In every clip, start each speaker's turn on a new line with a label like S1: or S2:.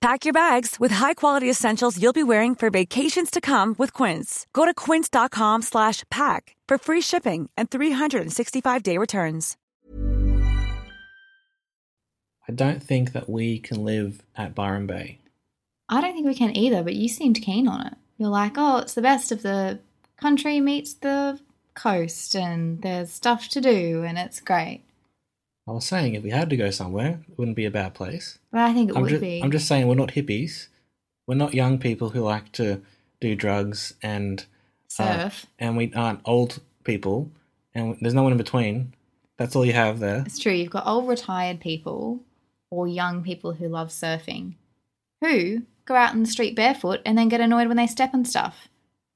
S1: Pack your bags with high-quality essentials you'll be wearing for vacations to come with Quince. Go to quince.com slash pack for free shipping and 365-day returns.
S2: I don't think that we can live at Byron Bay.
S3: I don't think we can either, but you seemed keen on it. You're like, oh, it's the best of the country meets the coast, and there's stuff to do, and it's great.
S2: I was saying if we had to go somewhere, it wouldn't be a bad place.
S3: But I think it
S2: I'm
S3: would
S2: just,
S3: be.
S2: I'm just saying we're not hippies. We're not young people who like to do drugs and uh,
S3: surf.
S2: and we aren't old people and there's no one in between. That's all you have there.
S3: It's true. You've got old retired people or young people who love surfing who go out in the street barefoot and then get annoyed when they step on stuff.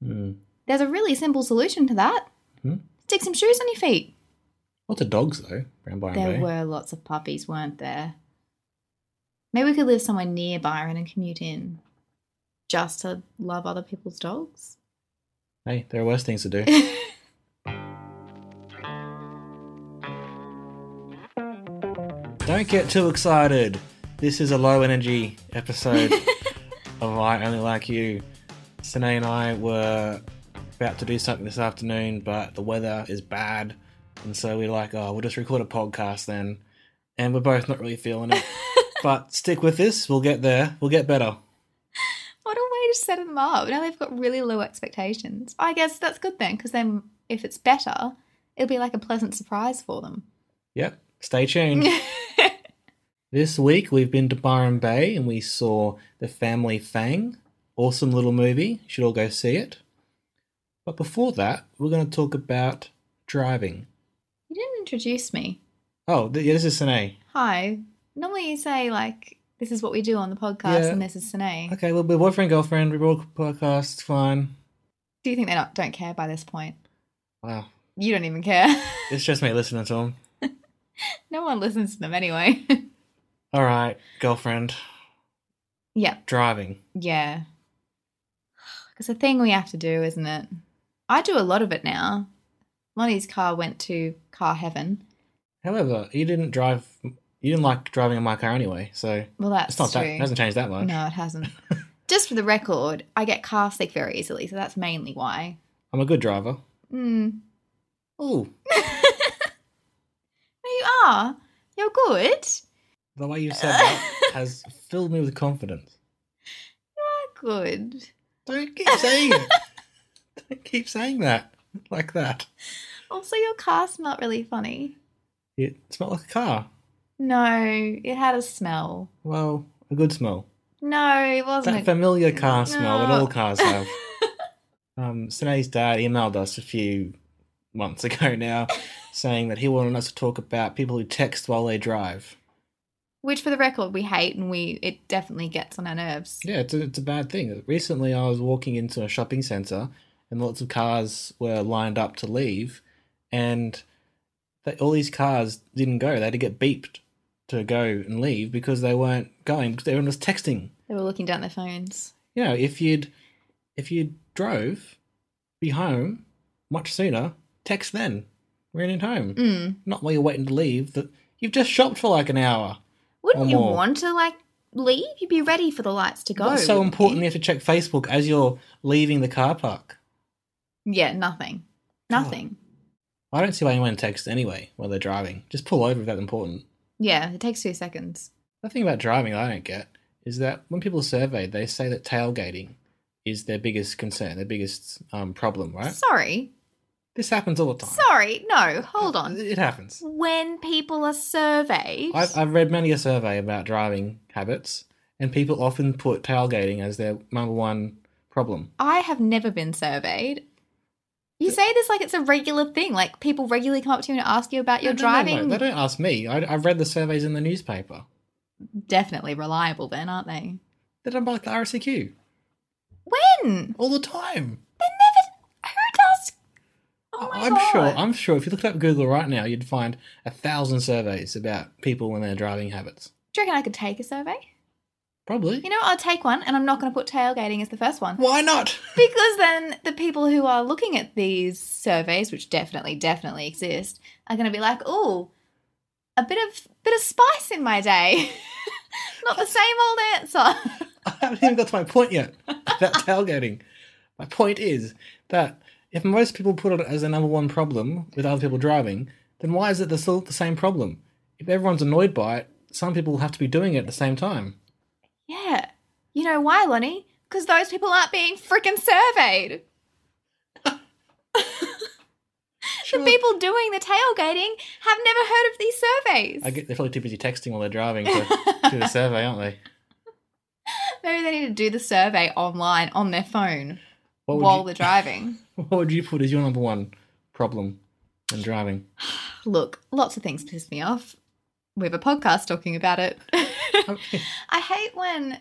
S2: Hmm.
S3: There's a really simple solution to that.
S2: Hmm?
S3: Stick some shoes on your feet.
S2: Lots of dogs though around Byron
S3: there
S2: Bay.
S3: were lots of puppies, weren't there? Maybe we could live somewhere near Byron and commute in just to love other people's dogs.
S2: Hey, there are worse things to do. Don't get too excited. This is a low energy episode of I Only Like You. Sine and I were about to do something this afternoon, but the weather is bad. And so we're like, oh, we'll just record a podcast then. And we're both not really feeling it. but stick with this. We'll get there. We'll get better.
S3: What a way to set them up. Now they've got really low expectations. I guess that's good then, because then if it's better, it'll be like a pleasant surprise for them.
S2: Yep. Stay tuned. this week we've been to Byron Bay and we saw The Family Fang. Awesome little movie. You should all go see it. But before that, we're going to talk about driving.
S3: You didn't introduce me.
S2: Oh, th- yeah, this is Sine.
S3: Hi. Normally you say, like, this is what we do on the podcast
S2: Yeah.
S3: and this is Sine.
S2: Okay, well, we're boyfriend, girlfriend, we broke podcast, fine.
S3: Do you think they not, don't care by this point?
S2: Wow.
S3: You don't even care.
S2: It's just me listening to him.
S3: no one listens to them anyway.
S2: All right, girlfriend,
S3: yeah.
S2: driving.
S3: Yeah. It's a thing we have to do, isn't it? I do a lot of it now. Lonnie's car went to car heaven.
S2: However, you didn't drive, you didn't like driving in my car anyway, so
S3: Well,
S2: it's
S3: that's
S2: not
S3: true.
S2: that, it hasn't changed that much.
S3: No, it hasn't. Just for the record, I get car sick very easily, so that's mainly why.
S2: I'm a good driver.
S3: Mm.
S2: Ooh,
S3: No, you are. You're good.
S2: the way you said that has filled me with confidence.
S3: You are good.
S2: Don't keep saying it. Don't keep saying that like that.
S3: Also, your car smelled really funny.
S2: It smelled like a car.
S3: No, it had a smell.
S2: Well, a good smell.
S3: No, it wasn't.
S2: That
S3: a-
S2: familiar car smell that
S3: No.
S2: all cars have. um, Sinead's dad emailed us a few months ago now saying that he wanted us to talk about people who text while they drive.
S3: Which, for the record, we hate, and we it definitely gets on our nerves.
S2: Yeah, it's a, it's a bad thing. Recently, I was walking into a shopping centre and lots of cars were lined up to leave, and they, all these cars didn't go. They had to get beeped to go and leave because they weren't going because everyone was texting.
S3: They were looking down their phones.
S2: you know, if you'd if you drove, be home much sooner. Text then, ran it home,
S3: Mm.
S2: not while you're waiting to leave. That you've just shopped for like an hour.
S3: Wouldn't
S2: Or
S3: you
S2: more.
S3: want to like leave? You'd be ready for the lights to go.
S2: That's so
S3: wouldn't
S2: important. You
S3: you?
S2: have to check Facebook as you're leaving the car park.
S3: Yeah, nothing.
S2: God.
S3: Nothing.
S2: I don't see why anyone texts anyway while they're driving. Just pull over if that's important.
S3: Yeah, it takes two seconds.
S2: The thing about driving that I don't get is that when people are surveyed, they say that tailgating is their biggest concern, their biggest um, problem. Right?
S3: Sorry.
S2: this happens all the time.
S3: Sorry. No, hold on.
S2: It happens.
S3: When people are surveyed,
S2: I've, I've read many a survey about driving habits, and people often put tailgating as their number one problem.
S3: I have never been surveyed. You say this like it's a regular thing. Like people regularly come up to you and ask you about your
S2: No, no, no, no,
S3: driving.
S2: They don't ask me. I, I've read the surveys in the newspaper.
S3: Definitely reliable, then, aren't they?
S2: They're done by like the RSCQ
S3: When?
S2: all the time.
S3: Who does? Oh my
S2: I'm
S3: God.
S2: sure. I'm sure. If you looked up Google right now, you'd find a thousand surveys about people and their driving habits.
S3: Do you reckon I could take a survey?
S2: Probably.
S3: You know, what, I'll take one, and I'm not going to put tailgating as the first one.
S2: Why not?
S3: Because then the people who are looking at these surveys, which definitely, definitely exist, are going to be like, "Ooh, a bit of bit of spice in my day." Not the same old answer.
S2: I haven't even got to my point yet about tailgating. My point is that if most people put it as the number one problem with other people driving, then why is it the- still the same problem? If everyone's annoyed by it, some people have to be doing it at the same time.
S3: yeah, you know why, Lonnie? Because those people aren't being freaking surveyed.
S2: Sure.
S3: The people doing the tailgating have never heard of these surveys.
S2: I get they're probably too busy texting while they're driving to do the survey, aren't they?
S3: Maybe they need to do the survey online on their phone
S2: What would,
S3: while
S2: you,
S3: they're driving.
S2: what would you put as your number one problem in driving?
S3: Look, lots of things piss me off. We have a podcast talking about it.
S2: Okay.
S3: I hate when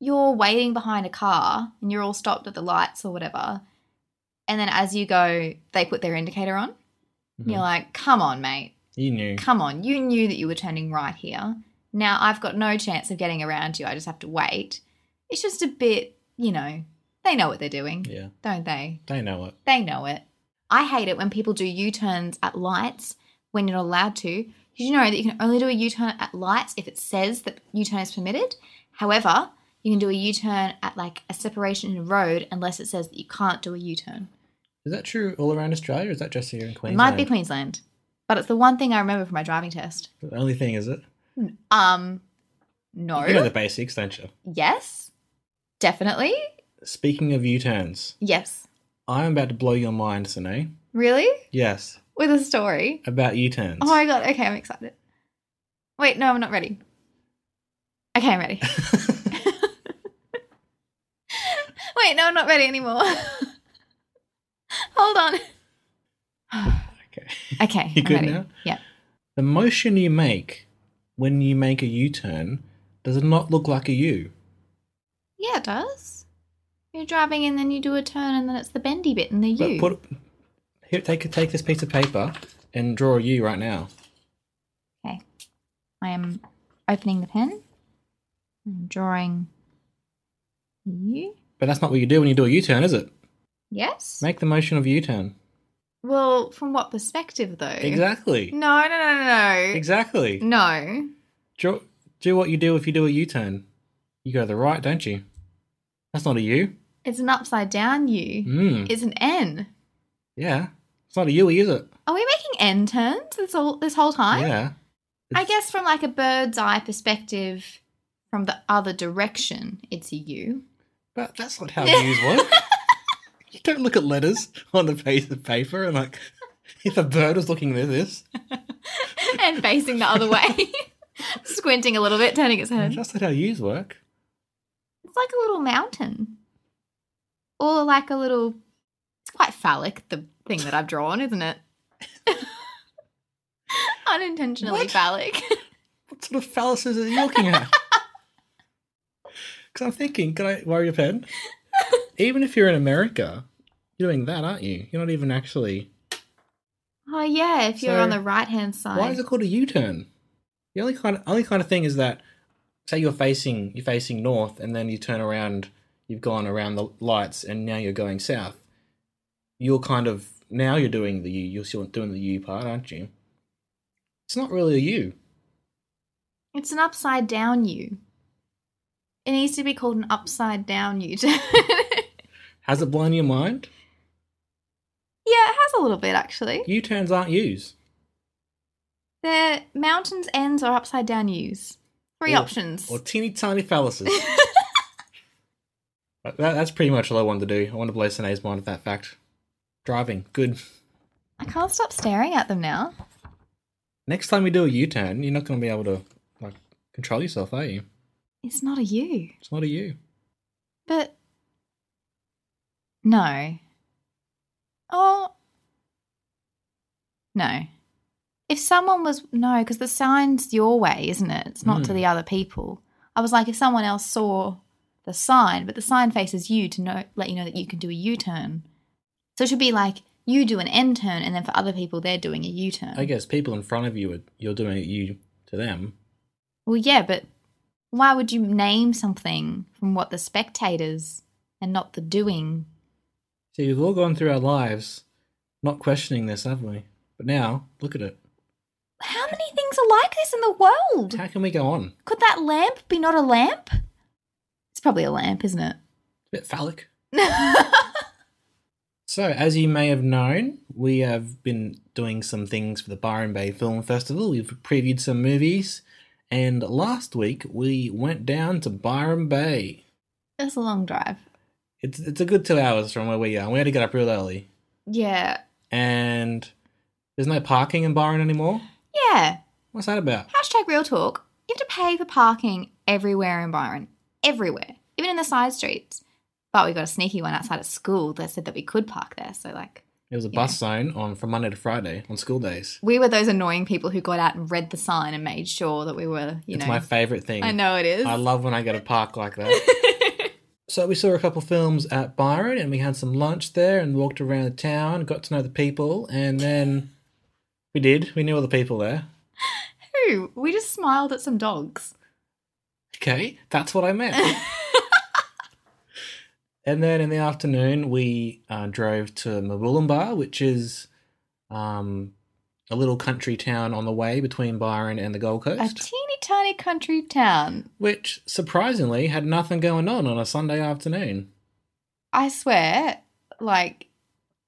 S3: you're waiting behind a car and you're all stopped at the lights or whatever. And then as you go, they put their indicator on. And You're like, come on, mate.
S2: You knew.
S3: Come on. You knew that you were turning right here. Now I've got no chance of getting around you. I just have to wait. It's just a bit, you know, they know what they're doing,
S2: Yeah,
S3: don't they?
S2: they know it.
S3: They know it. I hate it when people do U turns at lights when you're not allowed to. Did you know that you can only do a U turn at lights if it says that U turn is permitted? However, you can do a U turn at like a separation in a road unless it says that you can't do a U turn.
S2: Is that true all around Australia? Or is that just here in
S3: It
S2: Queensland?
S3: might be Queensland, but it's the one thing I remember from my driving test.
S2: The only thing is it.
S3: Um, no.
S2: You know the basics, don't you?
S3: yes. Definitely.
S2: Speaking of U-turns,
S3: Yes.
S2: I'm about to blow your mind, Sine.
S3: Really?
S2: Yes,
S3: With a story.
S2: about U-turns.
S3: Oh my god. Okay, I'm excited. Wait, no, I'm not ready. Okay, I'm ready. Wait, no, I'm not ready anymore. Hold on.
S2: okay.
S3: Okay,
S2: You
S3: I'm
S2: good
S3: ready.
S2: now?
S3: Yeah.
S2: The motion you make when you make a U-turn does not look like a U.
S3: Yeah, it does. You're driving and then you do a turn and then it's the bendy bit and the
S2: But
S3: U.
S2: put here. Take take this piece of paper and draw a U right now.
S3: okay. I am opening the pen. I'm drawing U.
S2: But that's not what you do when you do a U-turn, is it?
S3: Yes.
S2: Make the motion of a U-turn.
S3: well, from what perspective though?
S2: Exactly.
S3: No, no, no, no, no.
S2: Exactly.
S3: No.
S2: Do, do what you do if you do a U-turn. You go to the right, don't you? That's not a U.
S3: It's an upside down U.
S2: Mm.
S3: It's an N.
S2: Yeah. It's not a U, is it?
S3: Are we making N turns this whole this whole time?
S2: Yeah.
S3: I guess from like a bird's eye perspective, from the other direction, it's a U.
S2: But that's not how U's work. you don't look at letters on a piece of paper and like, if a bird was looking at this,
S3: and facing the other way, squinting a little bit, turning its head.
S2: that's not how U's work.
S3: It's like a little mountain, or like a little. It's quite phallic. The thing that I've drawn, isn't it? Unintentionally
S2: What?
S3: phallic.
S2: What sort of phalluses are you looking at? Because I'm thinking, can I borrow your pen? even if you're in America, you're doing that, aren't you? You're not even actually.
S3: oh yeah, if you're
S2: So,
S3: on the right hand side.
S2: Why is it called a U-turn? The only kind of only kind of thing is that, say you're facing you're facing north, and then you turn around, you've gone around the lights, and now you're going south. You're kind of now you're doing the U. You're still doing the U part, aren't you? It's not really a U.
S3: It's an upside down U. It needs to be called an upside down U. yeah, it
S2: Has it blown your mind?
S3: has a little bit actually.
S2: U-turns aren't U's.
S3: The mountains ends are upside down U's. Three
S2: Or-
S3: options.
S2: Or teeny tiny phalluses. that, that's pretty much all I wanted to do. I want to blow Sinead's mind with that fact. Driving, good.
S3: I can't stop staring at them now.
S2: Next time you do a U turn, you're not going to be able to like control yourself, are you?
S3: It's not a U.
S2: It's not a U.
S3: But no. Oh no. If someone was no, because the sign's your way, isn't it? It's not to
S2: Mm.
S3: the other people. I was like, if someone else saw the sign, but the sign faces you to know, let you know that you can do a U turn. So it should be like you do an N turn, and then for other people, they're doing a U turn.
S2: I guess people in front of you are you're doing it you to them.
S3: Well, yeah, but why would you name something from what the spectators and not the doing?
S2: See, we've all gone through our lives not questioning this, have we? But now, look at it.
S3: How many things are like this in the world?
S2: How can we go on? It's
S3: Could that lamp be not a lamp? It's probably a lamp, isn't it?
S2: a bit phallic. So, as you may have known, we have been doing some things for the Byron Bay Film Festival. We've previewed some movies, and last week we went down to Byron Bay.
S3: It's a long drive.
S2: It's it's a good two hours from where we are. We had to get up real early,
S3: Yeah.
S2: and there's no parking in Byron anymore.
S3: Yeah.
S2: What's that about?
S3: Hashtag real talk. You have to pay for parking everywhere in Byron. Everywhere. Even in the side streets. But we got a sneaky one outside of school that said that we could park there. So, like,
S2: It was a bus zone on from Monday to Friday on school days.
S3: we were those annoying people who got out and read the sign and made sure that we were, you
S2: it's
S3: know.
S2: my favorite thing.
S3: I know it is.
S2: I love when I get a park like that. so we saw a couple films at Byron and we had some lunch there and walked around the town, got to know the people, and then we did. We knew all the people there.
S3: Who? We just smiled at some dogs.
S2: Okay, that's what I meant. and then in the afternoon, we uh, drove to Mabulumbar, which is um, a little country town on the way between Byron and the Gold
S3: A
S2: Coast,
S3: teeny tiny country town.
S2: which surprisingly had nothing going on on a Sunday afternoon.
S3: I swear, like,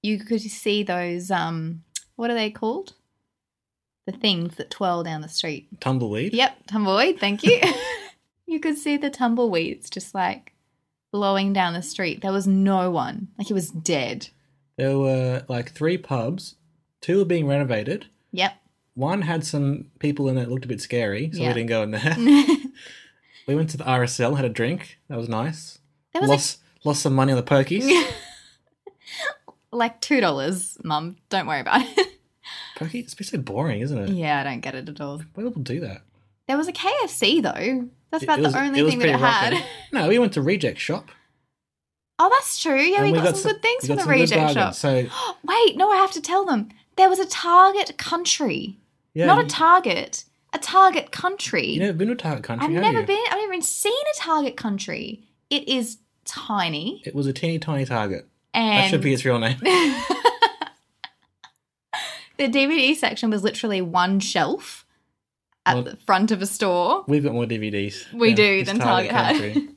S3: you could see those, um, what are they called? The things that twirl down the street.
S2: Tumbleweed.
S3: Yep, tumbleweed. Thank you. you could see the tumbleweeds just like blowing down the street. There was no one. Like it was dead.
S2: There were like three pubs, two were being renovated.
S3: Yep.
S2: One had some people in it that looked a bit scary, so
S3: Yeah.
S2: we didn't go in there. we went to the RSL, had a drink. That was nice.
S3: There was
S2: lost lost some money on the pokies.
S3: like two dollars, Mum. Don't worry about it.
S2: Pokies, it's been so boring, isn't it?
S3: yeah, I don't get it at all.
S2: Why do people do that?
S3: There was a KFC though. That's about
S2: It was-
S3: the only
S2: it was
S3: thing that it
S2: pretty
S3: had.
S2: roughy. No, we went to Reject Shop.
S3: Oh, that's true. Yeah,
S2: and
S3: we, got, some, good things
S2: we
S3: from
S2: got
S3: the
S2: some good
S3: reject shop.
S2: bargains. So
S3: Wait, no, I have to tell them. There was a Target country.
S2: yeah,
S3: Not a
S2: you-
S3: Target. A Target country.
S2: You've never been to a Target country,
S3: I've
S2: have
S3: never
S2: you?
S3: been. I've never even seen a Target country. It is tiny,
S2: It was a teeny tiny Target.
S3: and
S2: that should be its real name.
S3: the DVD section was literally one shelf at
S2: Well-
S3: the front of a store.
S2: We've got more DVDs.
S3: We
S2: than
S3: do,
S2: this
S3: than Target had.
S2: country.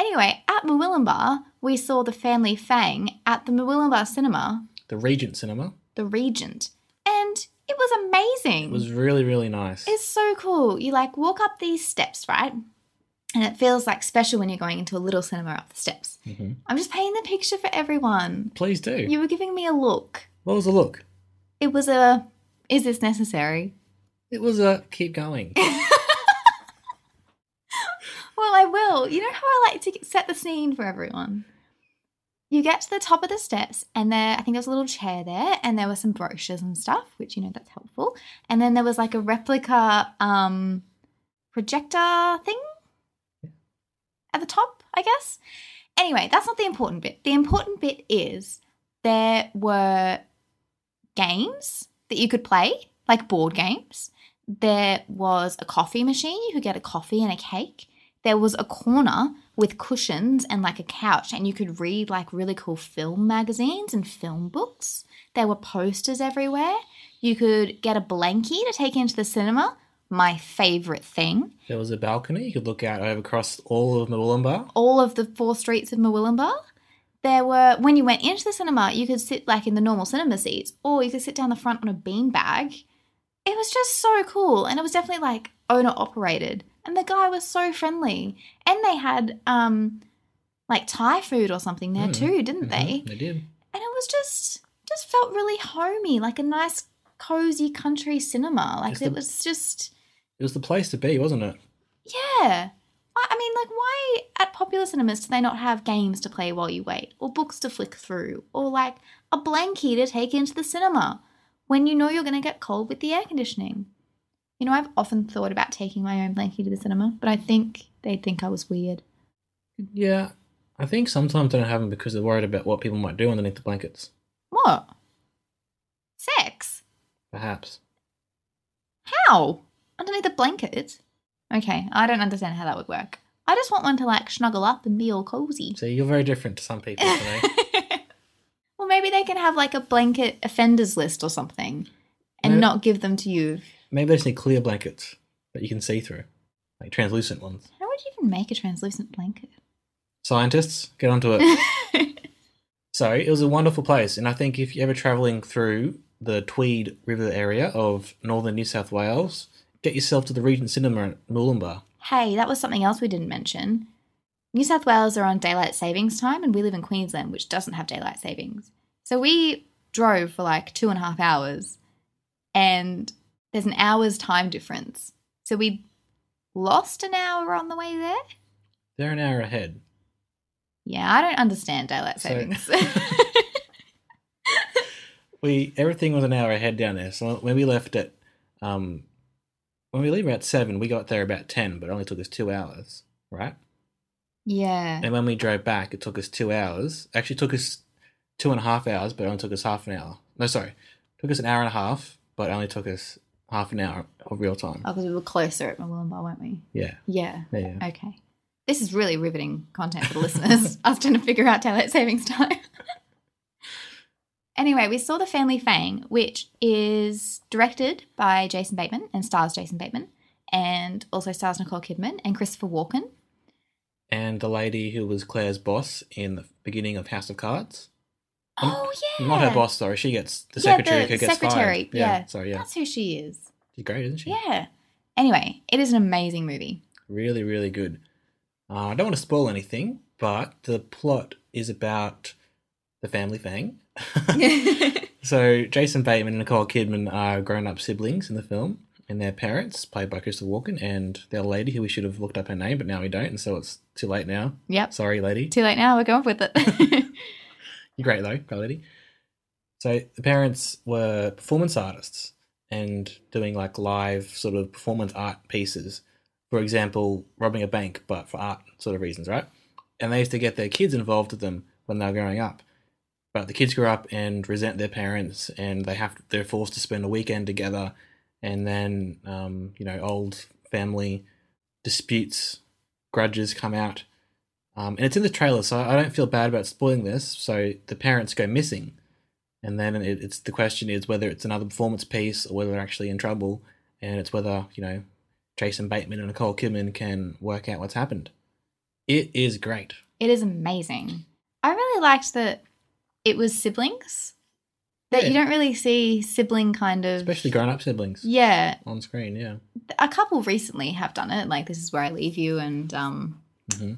S3: Anyway, at Mwillimbar, we saw the family Fang at the Mwillimbar Cinema,
S2: the Regent Cinema.
S3: the Regent, and it was amazing.
S2: It was really, really nice.
S3: It's so cool. You like walk up these steps, right? And it feels like special when you're going into a little cinema up the steps. I'm just painting the picture for everyone.
S2: Please do.
S3: You were giving me a look.
S2: What was the look?
S3: It was a. Is this necessary?
S2: It was a keep going.
S3: Well, I will. You know how I like to set the scene for everyone. You get to the top of the steps, and there, I think there was a little chair there, and there were some brochures and stuff, which you know that's helpful. And then there was like a replica um, projector thing at the top, I guess. Anyway, that's not the important bit. The important bit is there were games that you could play, like board games. There was a coffee machine. You could get a coffee and a cake. There was a corner with cushions and like a couch, and you could read like really cool film magazines and film books. There were posters everywhere. You could get a blankie to take into the cinema, my favorite thing.
S2: there was a balcony you could look out over across all of Mabulumba.
S3: all of the four streets of Mwillimbar. There were when you went into the cinema, you could sit like in the normal cinema seats, or you could sit down the front on a beanbag. It was just so cool, and it was definitely like owner operated, and the guy was so friendly, and they had um like Thai food or something there too,
S2: Mm-hmm.
S3: didn't they?
S2: They did.
S3: and it was just just felt really homey, like a nice cozy country cinema. Like
S2: It's
S3: it
S2: the-
S3: was just
S2: It was the place to be, wasn't it?
S3: yeah. I I mean, like, why at popular cinemas do they not have games to play while you wait, or books to flick through, or like a blankie to take into the cinema when you know you're going to get cold with the air conditioning? You know, I've often thought about taking my own blankie to the cinema, but I think they'd think I was weird.
S2: Yeah. I think sometimes they don't have them because they're worried about what people might do underneath the blankets.
S3: What?
S2: perhaps.
S3: How? Underneath a blanket? Okay, I don't understand how that would work. I just want one to like snuggle up and be all cozy.
S2: So you're very different to some people today.
S3: well, maybe they can have like a blanket offenders list or something and
S2: No.
S3: not give them to you.
S2: Maybe they just need clear blankets that you can see through, like translucent ones.
S3: How would you even make a translucent blanket?
S2: Scientists, get onto it. so it was a wonderful place, and I think if you're ever traveling through the Tweed River area of northern New South Wales, get yourself to the Regent Cinema at Mooloolambar.
S3: hey, that was something else we didn't mention. New South Wales are on daylight savings time, and we live in Queensland, which doesn't have daylight savings. So we drove for like two and a half hours, and there's an hour's time difference. So we lost an hour on the way there.
S2: They're an hour ahead.
S3: Yeah, I don't understand daylight
S2: So-
S3: savings.
S2: we everything was an hour ahead down there. So when we left at, um, when we leave about seven, we got there about ten, but it only took us two hours, right?
S3: yeah.
S2: And when we drove back, it took us two hours. Actually, it took us two and a half hours, but it only took us half an hour. No, sorry, it took us an hour and a half, but it only took us half an hour of real time.
S3: Oh, because we were closer at Mooloolambar, weren't we?
S2: Yeah,
S3: Yeah.
S2: yeah, yeah.
S3: Okay. This is really riveting content for the listeners. I was trying to figure out daylight savings time. anyway, we saw The Family Fang, which is directed by Jason Bateman and stars Jason Bateman and also stars Nicole Kidman and Christopher Walken.
S2: And the lady who was Claire's boss in the beginning of House of Cards, Um,
S3: Oh, yeah.
S2: not her boss, sorry, she gets the
S3: Yeah,
S2: secretary
S3: the
S2: who gets
S3: secretary,
S2: fired.
S3: yeah.
S2: sorry, yeah,
S3: That's who she is.
S2: she's great, isn't she?
S3: Yeah. Anyway, it is an amazing movie.
S2: really really good uh, i don't want to spoil anything but the plot is about the family fang so jason bateman and nicole kidman are grown-up siblings in the film and their parents played by christopher walken and their lady who we should have looked up her name but now we don't and so it's too late now
S3: yep.
S2: sorry lady
S3: Too late now. We're going with it.
S2: you're great though great lady so the parents were performance artists and doing like live sort of performance art pieces. For example, robbing a bank, but for art sort of reasons, right? And they used to get their kids involved with them when they were growing up. But the kids grew up and resent their parents, and they have they're forced to spend a weekend together, and then um, you know old family disputes, grudges come out, um, and it's in the trailer, so I don't feel bad about spoiling this. So the parents go missing, and then it, it's the question is whether it's another performance piece or whether they're actually in trouble, and it's whether you know Jason Bateman and Nicole Kidman can work out what's happened. It is great.
S3: It is amazing. I really liked that it was siblings. That you
S2: Yeah.
S3: don't really see sibling kind of
S2: especially grown-up siblings
S3: Yeah,
S2: on screen. Yeah,
S3: a couple recently have done it. Like this is where I leave you, and um,
S2: hmm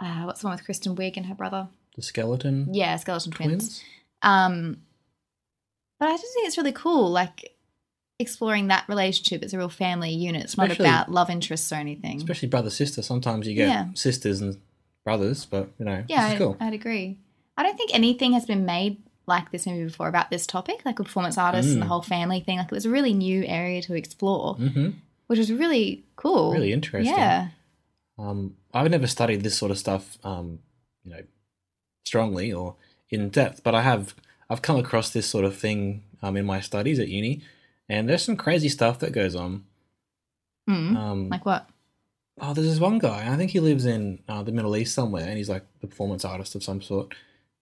S3: uh, what's the one with Kristen Wiig and her brother?
S2: the skeleton
S3: Yeah, Skeleton Twins.
S2: twins.
S3: Um, but I just think it's really cool, like exploring that relationship. It's a real family unit. It's not
S2: Especially-
S3: about love interests or anything.
S2: especially brother sister. Sometimes you get
S3: Yeah.
S2: sisters and brothers, but you know,
S3: Yeah,
S2: this
S3: I-
S2: is cool.
S3: I'd agree. I don't think anything has been made like this movie before about this topic, like a performance artist and the
S2: Mm.
S3: whole family thing. Like it was a really new area to explore,
S2: hmm
S3: which was really cool.
S2: Really interesting.
S3: Yeah.
S2: Um, I've never studied this sort of stuff, um, you know, strongly or in depth, but I have. I've come across this sort of thing um, in my studies at uni, and there's some crazy stuff that goes on.
S3: Mm.
S2: Um,
S3: like what?
S2: oh, there's this one guy. I think he lives in uh, the Middle East somewhere, and he's like a performance artist of some sort.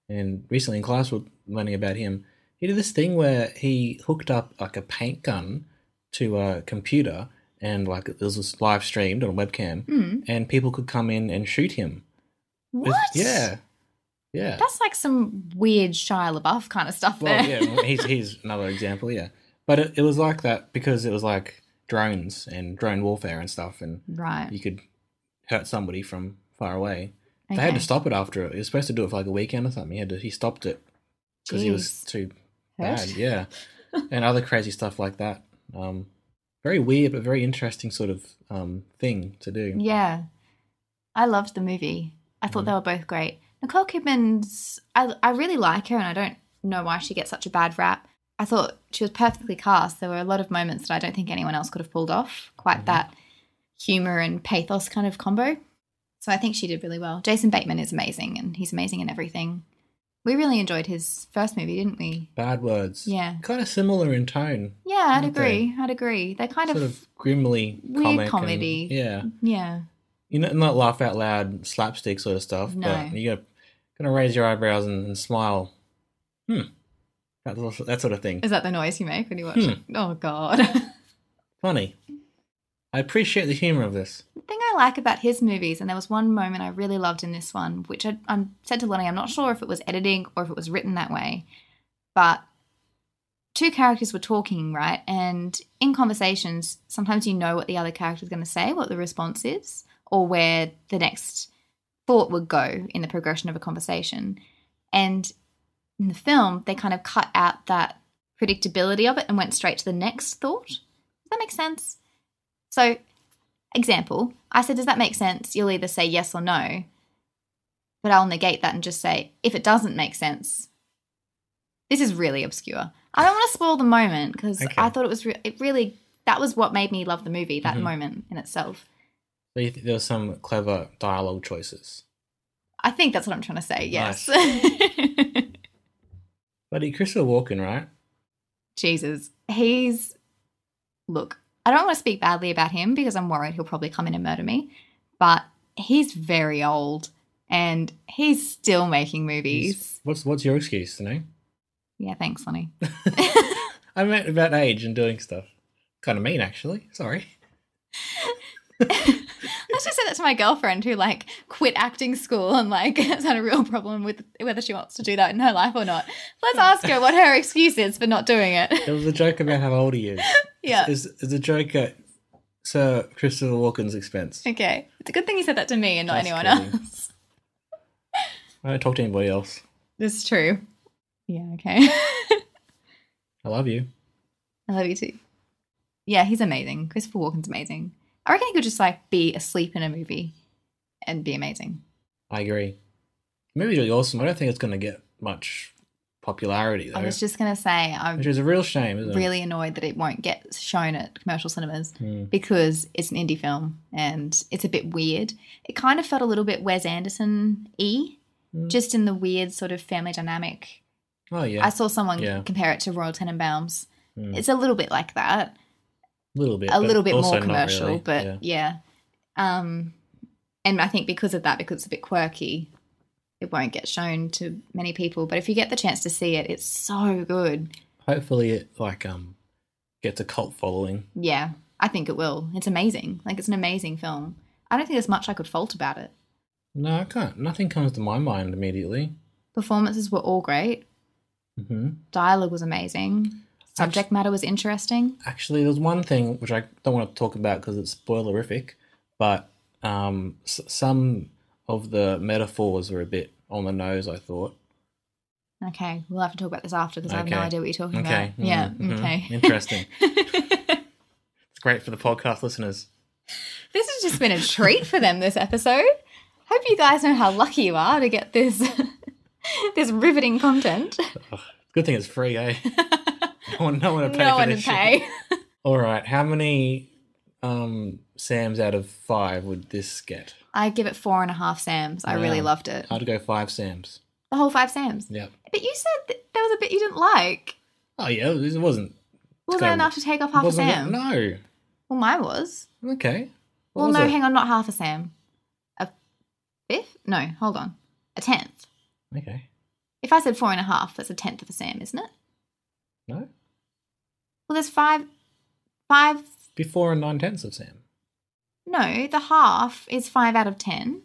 S2: And recently in class, we're learning about him. He did this thing where he hooked up like a paint gun to a computer, and like it was live streamed on a webcam,
S3: Mm.
S2: and people could come in and shoot him. With-
S3: What?
S2: Yeah, yeah.
S3: That's like some weird Shia LaBeouf kind of stuff
S2: well,
S3: there.
S2: yeah. well, He's he's another example. Yeah, but it, it was like that because it was like drones and drone warfare and stuff, and
S3: right.
S2: you could hurt somebody from far away. They had
S3: Okay.
S2: to stop it after it. He was supposed to do it for like a weekend or something. He had to, he stopped it because he was
S3: Jeez.
S2: too
S3: Hurt?
S2: bad. Yeah, and other crazy stuff like that. Um, very weird but very interesting sort of um, thing to do.
S3: Yeah. I loved the movie. I thought they were both great. Nicole Kidman's, I, I really like her and I don't know why she gets such a bad rap. I thought she was perfectly cast. There were a lot of moments that I don't think anyone else could have pulled off quite that humor and pathos kind of combo. So I think she did really well. Jason Bateman is amazing and he's amazing in everything. We really enjoyed his first movie, didn't we?
S2: Bad words.
S3: Yeah.
S2: Kind of similar in tone.
S3: Yeah, I'd
S2: Aren't they?
S3: agree. I'd agree. They're kind
S2: Sort
S3: of,
S2: of grimly
S3: weird
S2: comic and-
S3: comedy.
S2: yeah.
S3: yeah.
S2: You know, not laugh out loud, slapstick sort of stuff, but
S3: No.
S2: you're gonna, gonna raise your eyebrows and, and smile. Hmm. That, little- that sort of thing.
S3: Is that the noise you make when you watch it? Oh god. the
S2: Funny. I appreciate the humor of this.
S3: thing I like about his movies, and there was one moment I really loved in this one, which I, I said to Lonnie, I'm not sure if it was editing or if it was written that way, but two characters were talking, right? And in conversations, sometimes you know what the other character's going to say, what the response is, or where the next thought would go in the progression of a conversation. And in the film, they kind of cut out that predictability of it and went straight to the next thought. Does that make sense? So, example, I said, Does that make sense? You'll either say yes or no, but I'll negate that and just say, If it doesn't make sense, this is really obscure. I don't want to spoil the moment because
S2: Okay.
S3: I thought it was re- it really that was what made me love the movie that
S2: Mhm.
S3: moment in itself.
S2: So you think there were some clever dialogue choices.
S3: I think that's what I'm trying to say. Yes.
S2: Buddy, Christopher Walken, right?
S3: Jesus. He's. Look, I don't want to speak badly about him because I'm worried he'll probably come in and murder me, but he's very old and he's still making movies.
S2: He's- What's what's your excuse, to know?
S3: Yeah, thanks, Lonnie.
S2: I meant about age and doing stuff. Kind of mean, actually. Sorry.
S3: I just said that to my girlfriend who like quit acting school and like has had a real problem with whether she wants to do that in her life or not. Let's ask her what her excuse is for not doing it.
S2: There was a joke about how old he is.
S3: Yeah.
S2: Is is a joke at Sir Christopher Walken's expense?
S3: Okay. It's a good thing you said that to me and not
S2: That's
S3: anyone
S2: crazy.
S3: else.
S2: I don't talk to anybody else.
S3: That's true. Yeah, okay.
S2: I love you.
S3: I love you too. Yeah, he's amazing. Christopher Walken's amazing. I reckon he could just like be asleep in a movie and be amazing.
S2: I agree. The movie's really awesome. I don't think it's going to get much popularity though,
S3: I was just gonna say I'm
S2: which is a real shame, isn't
S3: really annoyed that it won't get shown at commercial cinemas
S2: it? Mm.
S3: because it's an indie film and it's a bit weird. It kind of felt a little bit Wes Anderson y,
S2: Mm.
S3: just in the weird sort of family dynamic.
S2: Oh yeah,
S3: I saw someone
S2: Yeah.
S3: compare it to Royal Tenenbaums.
S2: Mm.
S3: It's a little bit like that.
S2: a little bit,
S3: a
S2: but
S3: little bit
S2: also
S3: more
S2: not
S3: commercial,
S2: really.
S3: but
S2: Yeah.
S3: yeah. Um, and I think because of that, because it's a bit quirky, it won't get shown to many people. But if you get the chance to see it, it's so good.
S2: hopefully it like um gets a cult following.
S3: Yeah, I think it will. It's amazing. Like it's an amazing film. I don't think there's much I could fault about it.
S2: No, I can't. Nothing comes to my mind immediately.
S3: Performances were all great.
S2: hmm
S3: Dialogue was amazing. Subject matter was interesting.
S2: Actually, there's one thing which I don't want to talk about because it's spoilerific, but um, s- some of the metaphors were a bit on the nose. I thought.
S3: Okay, we'll have to talk about this after because I have no
S2: Okay.
S3: idea what you're talking
S2: Okay.
S3: about. Yeah.
S2: Mhm.
S3: Okay. Mm-hmm.
S2: Interesting. it's great for the podcast listeners.
S3: This has just been a treat for them this episode. Hope you guys know how lucky you are to get this this riveting content.
S2: Good thing it's free, eh? no one, no one to pay
S3: no
S2: for
S3: one
S2: this
S3: would
S2: shit.
S3: pay.
S2: All right, how many um Sams out of five would this get?
S3: I give it four and a half Sams. I really
S2: Wow.
S3: loved it.
S2: I'd go five Sams.
S3: The whole five Sams.
S2: Yep.
S3: But you said that there was a bit you didn't like.
S2: Oh yeah, it wasn't.
S3: Was
S2: Okay.
S3: that enough to take off half a
S2: wasn't
S3: Sam?
S2: it?
S3: Well, mine was.
S2: No. Okay. What
S3: well,
S2: was
S3: no,
S2: it?
S3: hang on, not half a Sam. A fifth? No, hold on. A tenth.
S2: Okay.
S3: If I said four and a half, that's a tenth of a Sam, isn't it?
S2: No.
S3: Well, there's five. Five.
S2: Before and nine tenths of Sam.
S3: No, the half is five out of ten.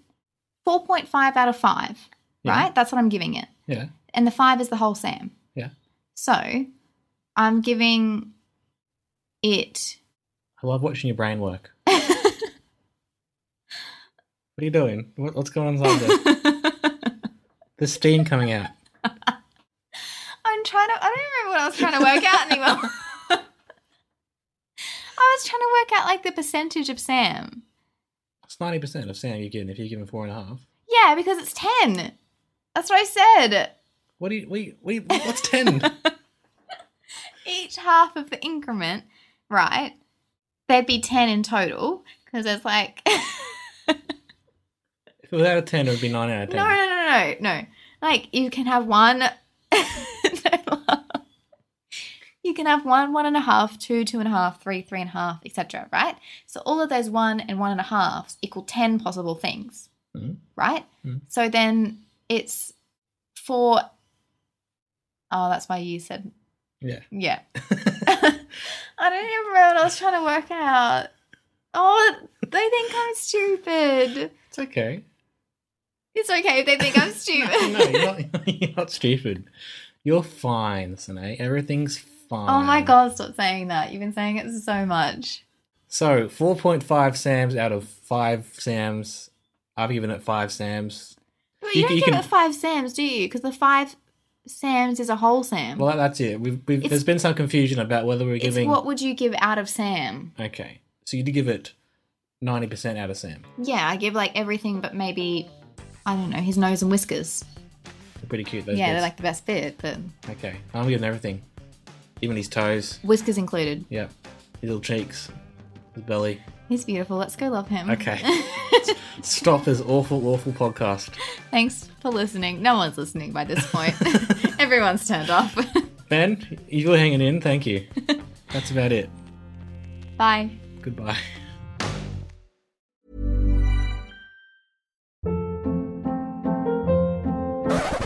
S3: Four point five out of five.
S2: Yeah.
S3: Right? That's what I'm giving it.
S2: Yeah.
S3: And the five is the whole Sam.
S2: Yeah.
S3: So I'm giving it
S2: I love watching your brain work. what are you doing? What, what's going on inside there?
S3: I'm
S2: There's steam coming out.
S3: trying to I don't remember what I was trying to work out anymore. I was trying to work out like the percentage of Sam.
S2: It's ninety percent of Sam you're giving if you're giving four and a half.
S3: Yeah, because it's ten. That's what I said.
S2: What do you we we what's ten?
S3: each half of the increment, right? There'd be 10 in total because it's like, no,
S2: if it was out of ten it would be nine out of ten.
S3: no, no, no, no, no. Like you can have one. you can have one, one and a half, two, two and a half, three, three and a half, etc. Right. So all of those one and one and a halves equal ten possible things.
S2: Mhm.
S3: Right.
S2: Mhm.
S3: So then it's four Oh, that's why you said
S2: Yeah.
S3: yeah. I don't even remember what I was trying to work out. Oh, they think I'm stupid.
S2: It's okay.
S3: It's okay if they think I'm
S2: No,
S3: stupid.
S2: you're not, you're not stupid. You're fine, Sine. Everything's fine.
S3: oh my god, stop saying that. You've been saying it so much.
S2: So, 4.5 Sams out of 5 Sams. I've given it 5 Sams.
S3: But
S2: You c-
S3: you, don't
S2: you
S3: give
S2: can-
S3: it five Sams, do you? Because the five Sams is a whole Sam.
S2: Well, that's it. We've, we've,
S3: It's-
S2: there's been some confusion about whether we're
S3: it's
S2: giving.
S3: what would you give out of Sam?
S2: Okay. So, you did give it 90% out of Sam.
S3: Yeah, I give like everything but maybe, I don't know, his nose and whiskers.
S2: They're pretty cute, those
S3: yeah,
S2: bits.
S3: they're like the best bit, but
S2: Okay. I'm giving everything. Even his toes.
S3: whiskers included.
S2: Yep. His little cheeks. His belly.
S3: He's beautiful. Let's go love him.
S2: Okay. Stop this awful, awful podcast.
S3: Thanks for listening. No one's listening by this point. Everyone's turned off.
S2: Ben, you were hanging in. Thank you. That's about it.
S3: Bye.
S2: Goodbye.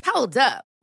S4: Hold up.